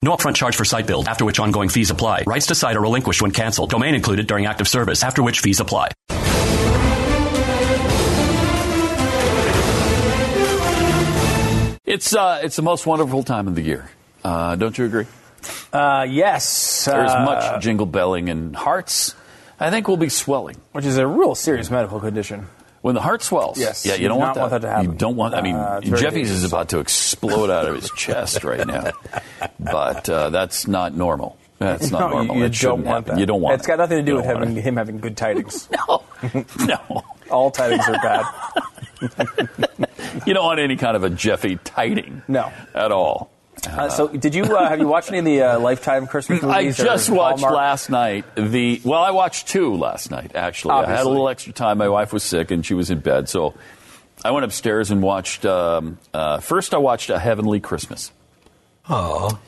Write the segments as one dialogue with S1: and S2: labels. S1: No upfront charge for site build, after which ongoing fees apply. Rights to site are relinquished when canceled. Domain included during active service, after which fees apply.
S2: It's, uh, it's the most wonderful time of the year. Uh, don't you agree?
S3: Uh, yes. uh,
S2: There's much jingle belling and hearts. I think we'll be swelling,
S3: which is a real serious medical condition.
S2: When the heart swells,
S3: yes,
S2: yeah, you don't want that.
S3: want that. to happen.
S2: You don't want. I mean,
S3: Uh, it's very
S2: Jeffy's
S3: dangerous.
S2: is about to explode out of his chest right now, but uh, that's not normal. That's not
S3: No,
S2: normal.
S3: You, you
S2: It shouldn't
S3: don't want
S2: happen.
S3: that.
S2: You don't want.
S3: It's got nothing to do
S2: You
S3: with
S2: don't want
S3: having, him having good tidings.
S2: no, Uh-huh. no.
S3: All tidings are bad.
S2: You don't want any kind of a Jeffy tiding.
S3: No.
S2: at all.
S3: Uh, so, did you uh, have you watched any of the uh, Lifetime Christmas
S2: I
S3: movies? or
S2: just watched
S3: Hallmark?
S2: last night the well I watched two last night actually. I had a
S3: Obviously.
S2: little extra time. My wife was sick and she was in bed, so I went upstairs and watched. Um, uh, first, I watched A Heavenly Christmas.
S4: Oh.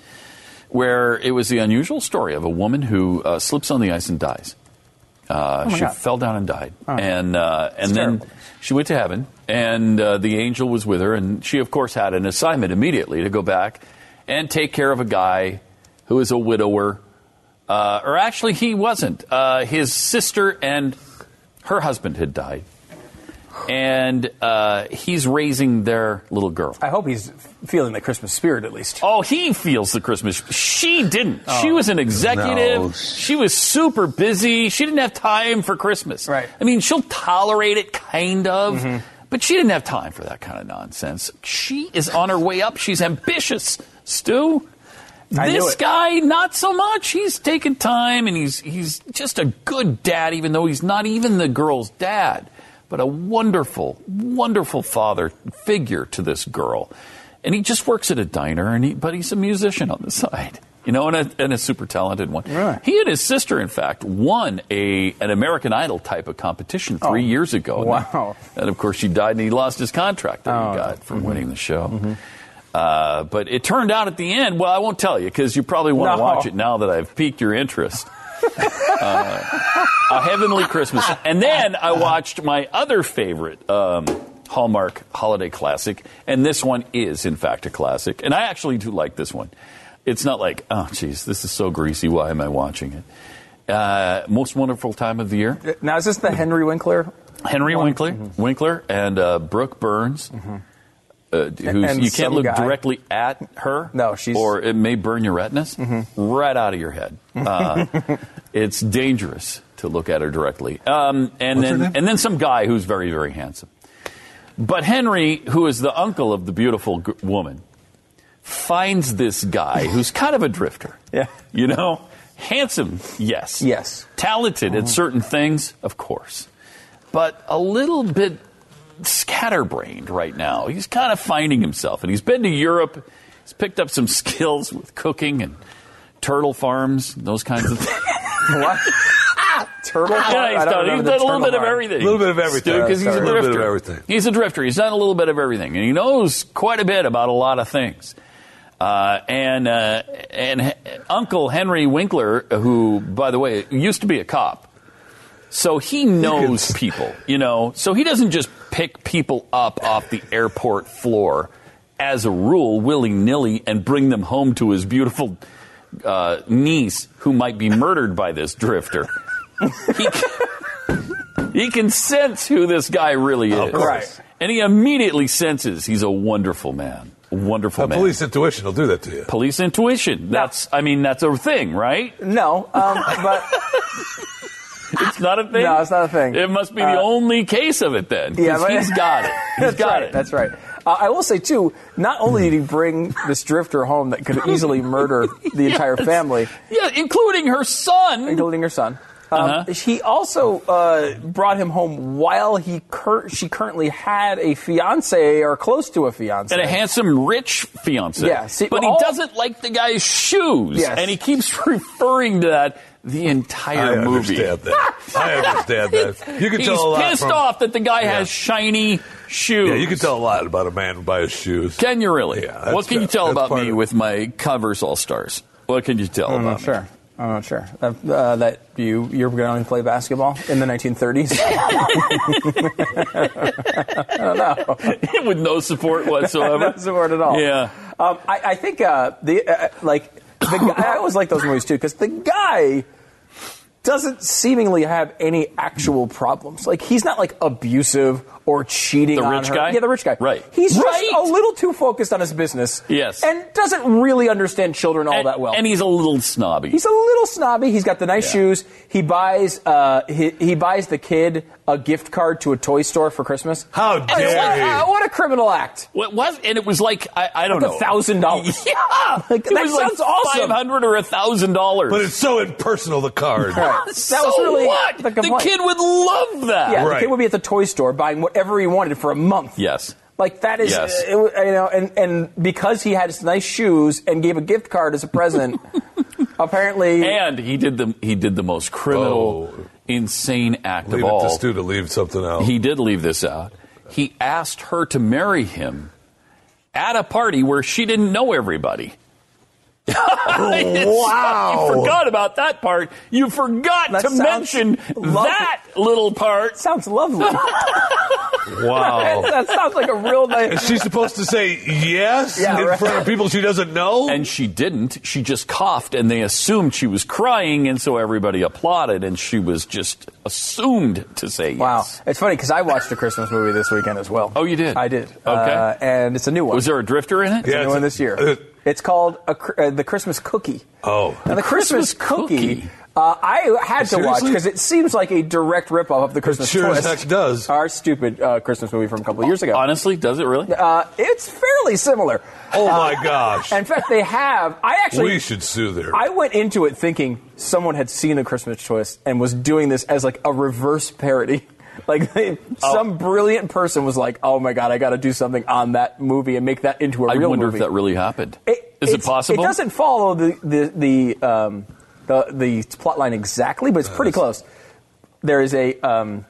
S2: where it was the unusual story of a woman who uh, slips on the ice and dies. Uh,
S4: Oh my
S2: she
S4: God.
S2: fell down and died,
S4: Oh.
S2: and uh, and
S4: It's
S2: then
S4: terrible.
S2: she went to heaven, and uh, the angel was with her, and she of course had an assignment immediately to go back and take care of a guy who is a widower, uh, or actually he wasn't. Uh, his sister and her husband had died, and uh, he's raising their little girl.
S3: I hope he's feeling the Christmas spirit at least.
S2: Oh, he feels the Christmas. She didn't. She was an executive.
S3: No.
S2: She was super busy. She didn't have time for Christmas. Right. I mean, she'll tolerate it, kind of, but she didn't have time for that kind of nonsense. She is on her way up. She's ambitious, Stu.
S3: I knew
S2: this
S3: it.
S2: guy, not so much. He's taking time, and he's he's just a good dad, even though he's not even the girl's dad, but a wonderful, wonderful father figure to this girl. And he just works at a diner, and he, but he's a musician on the side, you know, and a, and a super talented one. He and his sister, in fact, won a an American Idol type of competition three
S3: Oh.
S2: years ago.
S3: Wow. Oh, mm-hmm.
S2: And, of course, she died, and he lost his contract that he got from winning the show. Uh, but it turned out at the end, well, I won't tell you because you probably want to
S4: No.
S2: watch it now that I've piqued your interest. uh, a Heavenly Christmas. And then I watched my other favorite um, Hallmark holiday classic, and this one is, in fact, a classic. And I actually do like this one. It's not like, oh, geez, this is so greasy. Why am I watching it? Uh, most wonderful time of the year.
S3: Now, is this the Henry Winkler?
S2: Henry
S3: One. Mm-hmm.
S2: Winkler, Winkler, and uh, Brooke Burns, uh, who's
S3: and
S2: you can't
S3: some
S2: look
S3: guy.
S2: directly at her.
S3: No, she's- Mm-hmm.
S2: or it may burn your retinas right out of your head. Uh, it's dangerous to look at her directly. Um, and
S4: What's her
S2: then
S4: name?
S2: and then some guy who's very very handsome. But Henry, who is the uncle of the beautiful g- woman, finds this guy who's kind of a drifter.
S3: Yeah.
S2: You know, handsome, yes.
S3: Yes.
S2: Talented at certain things, of course. But a little bit scatterbrained right now. He's kind of finding himself and he's been to Europe. He's picked up some skills with cooking and turtle farms, those kinds of things.
S3: What? turtle?
S2: Yeah, he's done, he's done a little bit of everything.
S4: A little bit of everything.
S2: Because he's
S4: Sorry.
S2: a
S4: A little bit of
S2: drifter.
S4: everything.
S2: He's a drifter. He's done a little bit of everything, and he knows quite a bit about a lot of things. Uh, and uh, and H- Uncle Henry Winkler, who by the way used to be a cop, so he knows people, you know. So he doesn't just pick people up off the airport floor as a rule, willy nilly, and bring them home to his beautiful uh, niece who might be murdered by this drifter. he, can, he can sense who this guy really is.
S3: course. Right.
S2: And he immediately senses he's a wonderful man. wonderful man.
S4: police intuition will do that to you.
S2: Police intuition. That's I mean that's a thing, right?
S3: No, um, but
S2: It's not a thing.
S3: no, it's not a thing.
S2: It must be the
S3: Uh,
S2: only case of it then. 'cause
S3: Yeah, but-
S2: he's got it. He's
S3: That's
S2: got
S3: right,
S2: it.
S3: That's right. Uh, I will say too. Not only did he bring this drifter home that could easily murder the entire
S2: Yes.
S3: family,
S2: Yeah, including her son.
S3: including her son. Um,
S2: Uh-huh.
S3: He also uh, brought him home while he cur- she currently had a fiance or close to a fiance.
S2: And a handsome, rich fiance.
S3: Yeah, see,
S2: but
S3: all-
S2: he doesn't like the guy's shoes.
S3: Yes.
S2: And he keeps referring to that the
S4: I
S2: entire movie.
S4: understand that. I understand that. You can
S2: He's
S4: tell a lot
S2: pissed
S4: from-
S2: off that the guy
S4: Yeah.
S2: has shiny shoes.
S4: Yeah, you can tell a lot about a man by his shoes.
S2: Can you really?
S4: Yeah, that's
S2: what can you
S4: good.
S2: tell
S4: That's
S2: about
S4: part
S2: me
S4: of it.
S2: with my covers all stars? What can you tell
S3: I'm
S2: about me?
S3: not Mm, sure. I'm not sure uh, uh, that you you're going to play basketball in the 1930s.
S2: With no support whatsoever.
S3: no support at all.
S2: Yeah.
S3: Um, I, I think uh, the uh, like the guy, I always like those movies too because the guy doesn't seemingly have any actual problems. Like he's not like abusive or cheating.
S2: The
S3: on
S2: rich
S3: her.
S2: guy?
S3: Yeah, the rich guy.
S2: Right.
S3: He's
S2: Right.
S3: just a little too focused on his business.
S2: Yes.
S3: And doesn't really understand children all
S2: and,
S3: that well.
S2: And he's a little snobby.
S3: He's a little snobby. He's got the nice
S2: Yeah.
S3: shoes. He buys uh, he, he buys the kid a gift card to a toy store for Christmas.
S4: How
S3: Like,
S4: dare
S3: what-
S4: he.
S3: uh, what a criminal act!
S2: what was? And it was like I, I don't
S3: Like
S2: know,
S3: $1,000.
S2: Yeah,
S3: Like,
S2: it
S3: that
S2: was
S3: sounds
S2: like
S3: awesome.
S2: Five hundred or thousand dollars.
S4: But it's so impersonal, the card.
S3: Right. That was really
S2: what?
S3: the complaint.
S2: kid would love that.
S3: Yeah, the
S4: Right.
S3: kid would be at the toy store buying whatever he wanted for a month.
S2: Yes.
S3: Like that is,
S2: Yes.
S3: uh, it wa- you know, and, and because he had his nice shoes and gave a gift card as a present, apparently,
S2: And he did the he did the most criminal,
S4: Oh.
S2: insane act
S4: Leave
S2: of
S4: it to
S2: all.
S4: Stu to leave something out.
S2: He did leave this out. He asked her to marry him at a party where she didn't know everybody.
S4: wow.
S2: you forgot about that part. You forgot
S3: That
S2: to
S3: sounds
S2: mention
S3: lovely.
S2: that little part.
S3: sounds lovely.
S4: Wow.
S2: Oh.
S3: that sounds like a real
S4: Is
S3: nice.
S4: she supposed to say yes
S3: Yeah,
S4: in
S3: right.
S4: front of people she doesn't know?
S2: And she didn't. She just coughed, and they assumed she was crying, and so everybody applauded, and she was just assumed to say
S3: Wow,
S2: yes.
S3: it's funny because I watched a Christmas movie this weekend as well.
S2: Oh, you did?
S3: I did.
S2: Okay.
S3: Uh, and it's a new one.
S2: Was there a drifter in it?
S4: Yeah.
S3: a new
S4: it's
S3: one
S4: a-
S3: this year?
S4: uh,
S3: it's called a, Cr- uh, the Christmas Cookie.
S4: oh.
S3: Now, the Christmas,
S2: Christmas
S3: cookie.
S2: cookie.
S3: Uh, I had to watch
S4: Seriously?
S3: because it seems like a direct ripoff of the Christmas.
S4: sure as
S3: Twist.
S4: heck does.
S3: Our stupid uh, Christmas movie from a couple of years ago.
S2: Honestly, does it really?
S3: uh, it's fairly similar.
S4: Oh my gosh.
S3: In fact, they have. I actually.
S4: we should sue there.
S3: I went into it thinking someone had seen a Christmas twist and was doing this as like a reverse parody. Like they, some brilliant person was like, "Oh my god, I got to do something on that movie and make that into a
S2: I
S3: real
S2: wonder
S3: movie."
S2: if that really happened. Is
S3: It-
S2: it
S3: it's-
S2: possible?
S3: It doesn't follow the the the um, the, the plot line exactly, but it's pretty close. There is a um,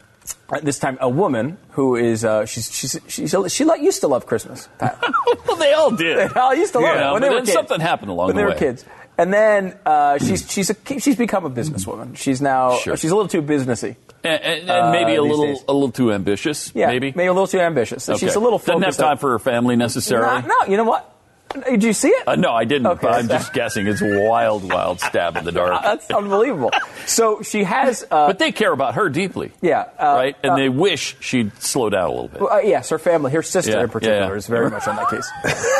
S3: at this time a woman who is uh, she's she's she's she lo- used to love Christmas. Pat.
S2: Well, they all did.
S3: I used to love
S2: Yeah,
S3: it when
S2: but
S3: they were
S2: then
S3: kids.
S2: something happened along
S3: when
S2: the
S3: they
S2: way.
S3: were kids. And then uh, she's she's a, she's become a businesswoman. She's now
S2: Sure.
S3: she's a little too businessy.
S2: And, and- and maybe a
S3: Uh, these
S2: little,
S3: days.
S2: a little too ambitious.
S3: Yeah,
S2: maybe.
S3: maybe a little too ambitious. So She's
S2: Okay.
S3: a little
S2: Doesn't have
S3: focused
S2: time
S3: on-
S2: for her family necessarily.
S3: Nah, no, you know what? Did you see it?
S2: Uh, no, I didn't.
S3: Okay. Uh,
S2: But I'm just guessing. It's a wild, wild stab in the dark.
S3: That's unbelievable. so she has. Uh,
S2: but they care about her deeply.
S3: Yeah, uh,
S2: right? And
S3: uh,
S2: they wish she'd slow down a little bit.
S3: Uh, yes, her family, her sister
S2: Yeah,
S3: in particular,
S2: yeah, yeah.
S3: is very much on that case.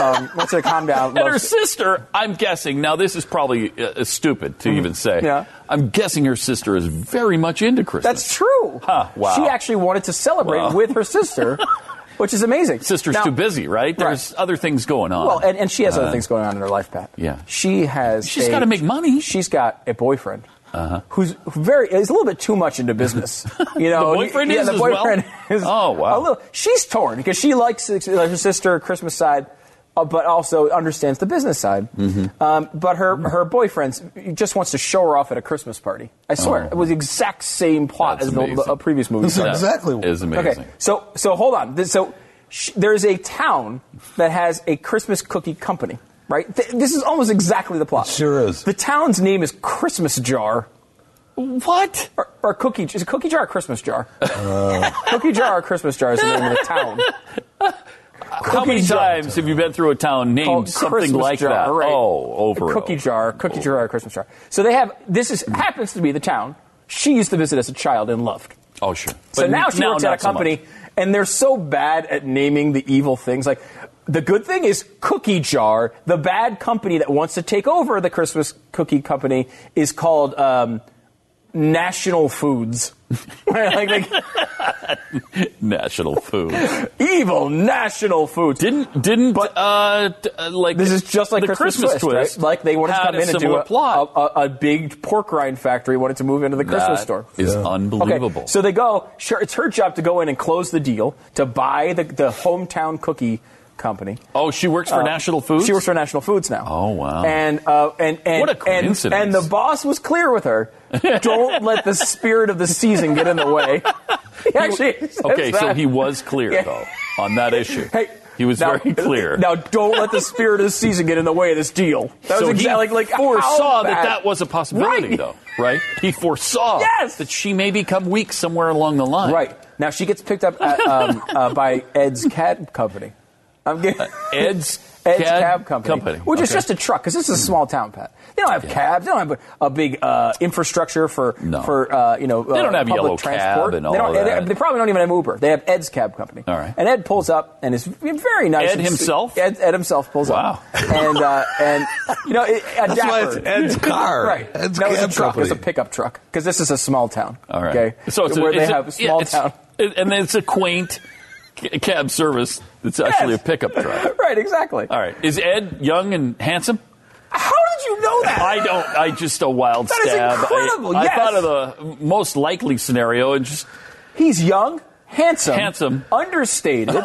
S3: Um, wants her to calm down.
S2: and her
S3: loves-
S2: sister, I'm guessing, now this is probably uh, stupid to even say.
S3: Mm-hmm. Yeah.
S2: I'm guessing her sister is very much into Christmas.
S3: That's true.
S2: Huh, wow.
S3: She actually wanted to celebrate
S2: Wow.
S3: with her sister, which is amazing.
S2: Sister's
S3: Now-
S2: too busy, right? There's other things going on.
S3: Well, and, and she has other
S2: Uh,
S3: things going on in her life, Pat.
S2: yeah.
S3: She has.
S2: She's
S3: a-
S2: gotta make money.
S3: She's got a boyfriend.
S2: Uh-huh.
S3: Who's very is a little bit too much into business, you know.
S2: The boyfriend
S3: yeah,
S2: is
S3: the
S2: as well?
S3: boyfriend is.
S2: Oh, wow.
S3: A little, she's torn because she likes like, her sister Christmas side, uh, but also understands the business side.
S2: Mm-hmm.
S3: Um, but her her boyfriend just wants to show her off at a Christmas party. I swear,
S2: Oh.
S3: it was the exact same plot
S2: That's
S3: as the,
S2: amazing.
S3: the- a previous movie.
S2: That
S4: exactly what-
S2: is amazing.
S3: Okay, so so hold on. This- So sh- there's a town that has a Christmas cookie company, right? Th- this is almost exactly the plot.
S4: It sure is.
S3: The town's name is Christmas Jar.
S2: What?
S3: Or, or cookie is it cookie jar or Christmas jar?
S2: Uh.
S3: cookie jar or Christmas jar is the name of the town.
S2: How many times have you been through a town named
S3: Called
S2: something
S3: Christmas
S2: like
S3: jar,
S2: that?
S3: right.
S2: Oh, over. and
S3: cookie
S2: over.
S3: jar, cookie jar or Christmas jar. So they have this is happens to be the town she used to visit as a child and loved.
S2: Oh, sure.
S3: So
S2: But
S3: now she works at a
S2: not so much.
S3: company, and they're so bad at naming the evil things. Like the good thing is Cookie Jar. The bad company that wants to take over the Christmas cookie company is called um, National Foods. Right, like, like,
S2: National food.
S3: evil National Foods.
S2: Didn't didn't uh, t- uh, like
S3: This is just like
S2: the
S3: Christmas, Twist. right? Like they wanted to
S2: had
S3: come
S2: a
S3: in and do
S2: similar
S3: a,
S2: plot.
S3: A, a, a big pork rind factory wanted to move into the Christmas
S2: That
S3: store.
S2: is unbelievable.
S3: Okay, so they go. Sure, it's her job to go in and close the deal to buy the, the hometown cookie company.
S2: oh, she works for
S3: Uh,
S2: National Foods.
S3: She works for National Foods now.
S2: Oh, wow.
S3: And uh, and and
S2: What a
S3: and-
S2: coincidence.
S3: And, the boss was clear with her. Don't let the spirit of the season get in the way. He actually, says
S2: Okay, so
S3: that.
S2: he was clear
S3: Yeah.
S2: though on that issue.
S3: Hey,
S2: he was
S3: now-
S2: very clear.
S3: Now, don't let the spirit of the season get in the way of this deal. That
S2: so
S3: was exactly
S2: he
S3: like, like
S2: foresaw
S3: how
S2: that
S3: bad-
S2: that was a possibility,
S3: Right.
S2: though, right? He foresaw
S3: Yes!
S2: that she may become weak somewhere along the line.
S3: Right now, she gets picked up at, um, uh, by Ed's cab company. I'm
S2: Uh,
S3: getting
S2: Ed's
S3: Ed's
S2: Cab
S3: cab, company,
S2: Company.
S3: which is
S2: Okay.
S3: just a truck because this is a small town, Pat. They don't have cabs. They don't have a, a big uh, infrastructure for
S2: No.
S3: for uh, you know.
S2: They don't have
S3: public
S2: yellow cab
S3: transport.
S2: and
S3: they,
S2: all
S3: don't,
S2: of
S3: they-
S2: that.
S3: they probably don't even have Uber. They have Ed's cab company.
S2: All right.
S3: And Ed pulls up and is very nice.
S2: Ed
S3: and sweet.
S2: himself?
S3: Ed, Ed himself pulls
S2: Wow.
S3: up. and uh, and you know it, a
S4: That's why
S3: dapper.
S4: it's Ed's car.
S3: Right.
S4: Ed's
S3: no, it's a
S4: cab
S3: truck.
S4: company.
S3: It's a pickup truck because this is a small town.
S2: All right.
S3: Okay.
S2: So it's a,
S3: where
S2: it's
S3: they
S2: a-
S3: have a small
S2: yeah, it's-
S3: town.
S2: it- and it's a quaint ca- cab service. It's actually
S3: Yes.
S2: a pickup truck.
S3: right. Exactly.
S2: All right. Is Ed young and handsome?
S3: How did you know that?
S2: I don't. I just a wild
S3: That is
S2: stab. I-
S3: incredible,
S2: I,
S3: yes.
S2: thought of the most likely scenario and just
S3: He's young, handsome,
S2: Handsome.
S3: understated,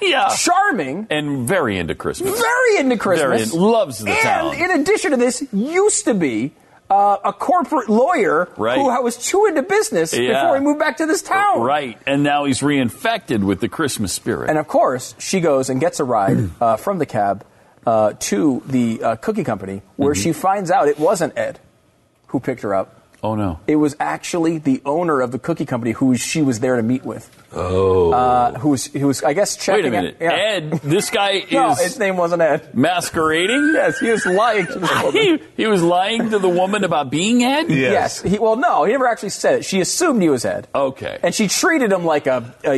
S2: yeah,
S3: charming,
S2: and very into Christmas.
S3: very into Christmas,
S2: Very in- loves the
S3: and
S2: town.
S3: in addition to this, used to be. Uh, a corporate lawyer
S2: Right.
S3: who was too into business
S2: Yeah.
S3: before he moved back to this town.
S2: Right, and now he's reinfected with the Christmas spirit.
S3: And of course, she goes and gets a ride uh, from the cab uh, to the uh, cookie company, where
S2: Mm-hmm.
S3: she finds out it wasn't Ed who picked her up.
S2: oh no!
S3: It was actually the owner of the cookie company who she was there to meet with. Oh. Uh, who was who was I guess checking
S2: Wait a minute,
S3: yeah.
S2: Ed. This guy
S3: No,
S2: is
S3: his name wasn't Ed.
S2: masquerading.
S3: Yes, he was lying to this woman.
S2: He, he was lying to the woman about being Ed.
S3: Yes. He, well, no, he never actually said it. She assumed he was Ed.
S2: Okay.
S3: And she treated him like a, a, a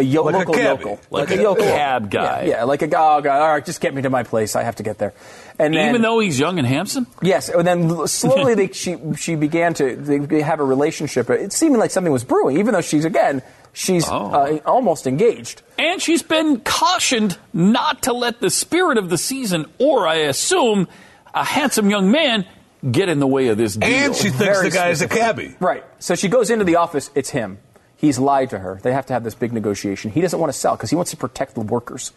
S3: yo-
S4: Like a
S3: local
S4: cabbie.
S3: yokel.
S2: Like a cab guy.
S3: Yeah, yeah, like a guy, oh, God, all right, just get me to my place. I have to get there. And then,
S2: Even though he's young and handsome.
S3: Yes, and then slowly they, she she began to they have a relationship. It seemed like something was brewing, even though she's again she's
S2: Oh.
S3: uh, almost engaged.
S2: And she's been cautioned not to let the spirit of the season, or I assume a handsome young man, get in the way of this deal.
S4: And she thinks
S3: Very
S4: the guy's a cabbie.
S3: Right. So she goes into the office. It's him. He's lied to her. They have to have this big negotiation. He doesn't want to sell because he wants to protect the workers.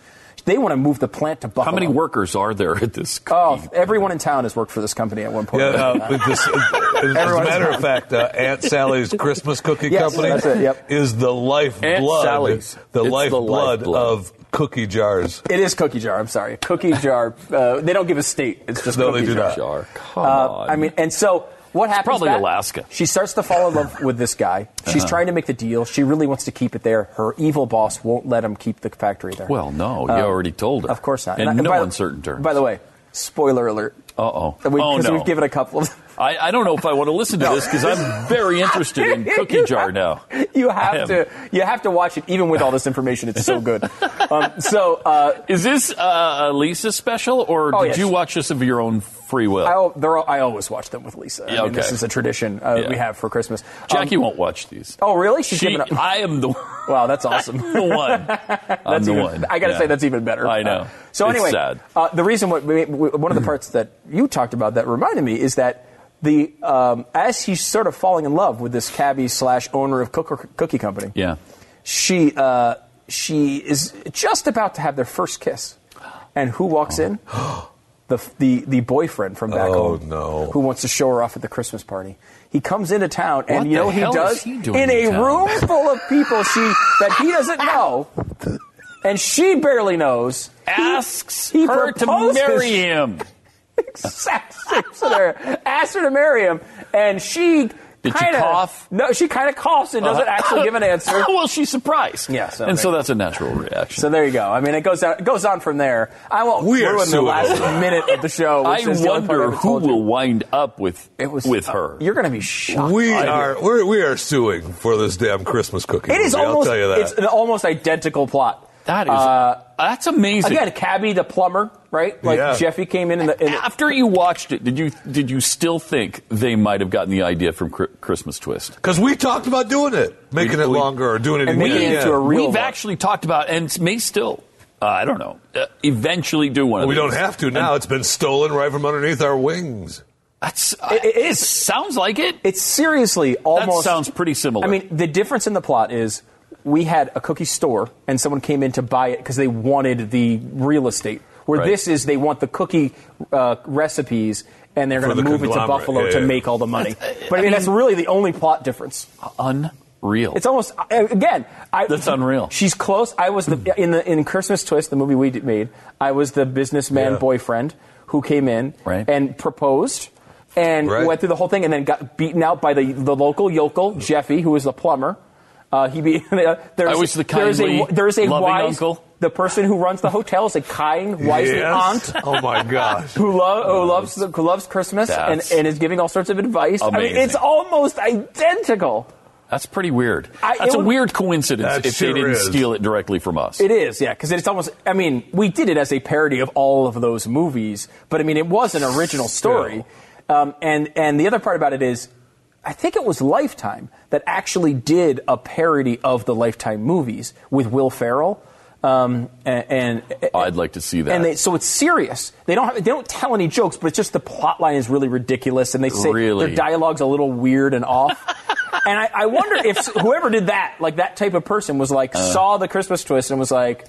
S3: They want to move the plant to Buffalo.
S2: How many workers are there at this?
S3: Oh,
S2: company?
S3: everyone in town has worked for this company at one point.
S4: Yeah, uh, but this, as a
S3: Everyone's
S4: matter
S3: mad.
S4: of fact, uh, Aunt Sally's Christmas Cookie
S3: Yes,
S4: Company
S3: that's it, yep.
S4: is the
S2: Aunt
S4: lifeblood,
S2: Sally's.
S4: the
S2: It's the
S4: lifeblood
S2: lifeblood.
S4: of cookie jars.
S3: It is cookie jar. I'm sorry, cookie jar. Uh, they don't give a state. It's just
S4: No, they
S3: cookie
S4: do
S3: jar.
S4: not.
S2: Jar. Come
S3: Uh,
S2: on.
S3: I mean, and so what happens?
S2: probably
S3: back-
S2: Alaska. Uh-huh.
S3: She starts to fall in love with this guy. She's trying to make the deal. She really wants to keep it there. Her evil boss won't let him keep the factory there.
S2: Well, no, you
S3: Uh,
S2: already told her.
S3: Of course not.
S2: In
S3: I-
S2: no
S3: by the-
S2: uncertain terms.
S3: By the way, spoiler alert.
S2: Uh-oh.
S3: That we-
S2: Oh,
S3: 'cause
S2: no.
S3: we've given a couple of.
S2: I, I don't know if I want to listen to this because I'm very interested in Cookie Jar now.
S3: You
S2: I am.
S3: have to. You have to watch it, even with all this information. It's so good. um, so uh,
S2: Is this uh, a Lisa special, or
S3: Oh,
S2: did
S3: yes.
S2: you watch this of your own free will?
S3: I, al- they're all, I always watch them with Lisa. I
S2: Yeah,
S3: mean, this
S2: okay.
S3: is a tradition uh,
S2: Yeah.
S3: we have for Christmas. Um,
S2: Jackie won't watch these.
S3: Oh, really? She's
S2: she,
S3: giving up.
S2: I am the
S3: Wow, that's awesome.
S2: I'm the one. That's I'm the
S3: even-
S2: one.
S3: I got to
S2: Yeah.
S3: say that's even better.
S2: I know.
S3: Uh, so
S2: It's
S3: anyway,
S2: sad.
S3: Uh, the reason what we- we- one of the parts that you talked about that reminded me is that the um, as he's sort of falling in love with this cabbie slash owner of cook- cookie company.
S2: Yeah.
S3: She uh, she is just about to have their first kiss, and who walks in? The, the the boyfriend from back
S4: Oh,
S3: home,
S4: no.
S3: who wants to show her off at the Christmas party. He comes into town, and
S2: What
S3: you know
S2: the
S3: what he
S2: hell is
S3: does
S2: he doing in
S3: in a
S2: town?
S3: room full of people she that he doesn't know and she barely knows.
S2: Asks
S3: he
S2: her to
S3: proposes-
S2: marry him.
S3: Exact same scenario. Asks her to marry him, and she
S2: Did she
S3: kind of
S2: cough?
S3: No, she kind of coughs and doesn't
S2: Uh,
S3: actually give an answer.
S2: well, she's surprised.
S3: Yeah, so
S2: and
S3: there-
S2: so that's a natural reaction.
S3: So there you go. I mean, it goes on, it goes on from there. I won't
S4: We are
S3: ruin the
S4: suing
S3: last
S4: her.
S3: minute of the show.
S2: I
S3: Which is the only part
S2: wonder
S3: I haven't
S2: who
S3: told you.
S2: will wind up with
S3: It was
S2: with
S3: uh,
S2: her.
S3: you're going to be shocked.
S4: We are we're, we are suing for this damn Christmas cookie.
S3: It is
S4: movie,
S3: almost
S4: I'll tell you that.
S3: it's an almost identical plot.
S2: That is that's amazing.
S3: uh, Again, Cabby the plumber, right? Like
S4: Yeah.
S3: Jeffy came in in the, in the
S2: After you watched it, did you did you still think they might have gotten the idea from Cri- Christmas Twist?
S4: Because we talked about doing it, making
S2: We-
S4: it
S2: we-
S4: longer or doing it
S3: and making
S4: again.
S3: it into a real.
S2: We've
S3: one.
S2: actually talked about and may still. Uh, I don't know. Uh, eventually, do one. of
S4: we don't
S2: these.
S4: have to now. It's been stolen right from underneath our wings.
S2: That's
S3: It- it is.
S2: sounds like it.
S3: It's seriously almost.
S2: sounds pretty similar.
S3: I mean, the difference in the plot is we had a cookie store and someone came in to buy it because they wanted the real estate. Where
S2: Right.
S3: this is, they want the cookie uh, recipes and they're
S4: For
S3: going to
S4: the
S3: move it to
S4: conglomerate,
S3: Buffalo
S4: yeah,
S3: to
S4: yeah.
S3: make all the money. But I mean, that's really the only plot difference.
S2: Unreal.
S3: It's almost I- again. I,
S2: That's unreal.
S3: She's close. I was the in the in Christmas Twist, the movie we d- made. I was the businessman
S4: Yeah.
S3: boyfriend who came in
S2: Right.
S3: and proposed and
S4: Right.
S3: went through the whole thing, and then got beaten out by the the local yokel Jeffy, who was the plumber. Uh, he be, there's,
S2: I was the
S3: there's
S2: kindly,
S3: a there's a
S2: loving
S3: wise
S2: uncle.
S3: the person who runs the hotel is a kind, wise
S4: Yes.
S3: aunt.
S4: Oh my gosh.
S3: Who, lo- who loves the, who loves Christmas and,
S2: Oh, That's
S3: and is giving all sorts of advice. I mean,
S2: amazing.
S3: it's almost identical.
S2: That's pretty weird.
S3: I- it
S2: That's a
S3: would-
S2: weird coincidence
S4: That
S2: if
S4: sure
S2: they didn't
S4: is.
S2: steal it directly from us.
S3: It is, yeah, because it's almost. I mean, we did it as a parody of all of those movies, but I mean, it was an original story. Um, and and the other part about it is, I think it was Lifetime that actually did a parody of the Lifetime movies with Will Ferrell. Um, and, and
S2: I'd like to see that.
S3: And they, so it's serious. They don't have, they don't tell any jokes, but it's just the plot line is really ridiculous, and they say
S2: Really?
S3: their dialogue's a little weird and off. and I, I wonder if whoever did that, like that type of person, was
S2: Uh.
S3: like saw the Christmas twist and was like,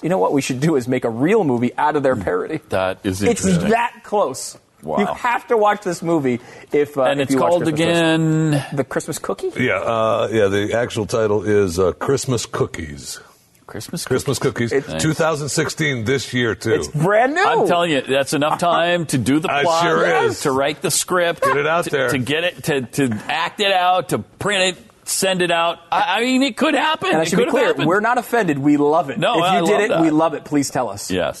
S3: you know what we should do is make a real movie out of their parody.
S2: that is
S3: It's
S2: Mm, interesting.
S3: that close.
S2: Wow.
S3: You have to watch this movie if uh,
S2: and
S3: if
S2: it's
S3: you watch
S2: called
S3: Christmas
S2: again.
S3: Twist. the Christmas Cookie.
S4: Yeah, uh, yeah. The actual title is uh, Christmas Cookies.
S2: Christmas.
S4: Christmas Cookies. 2016 this year too.
S3: It's brand new.
S2: I'm telling you, that's enough
S3: Uh-huh.
S2: time to do the
S4: I
S2: plot,
S4: sure is.
S2: to write the script,
S4: Get it out
S2: to,
S4: there.
S2: to get it, to, to act it out, to print it, send it out. I, I mean, it could happen.
S3: And I
S2: it
S3: should
S2: could
S3: be clear,
S2: have happened.
S3: we're not offended. We love it.
S2: No,
S3: if you
S2: I
S3: did
S2: love
S3: it,
S2: that.
S3: we love it. Please tell us.
S2: Yes.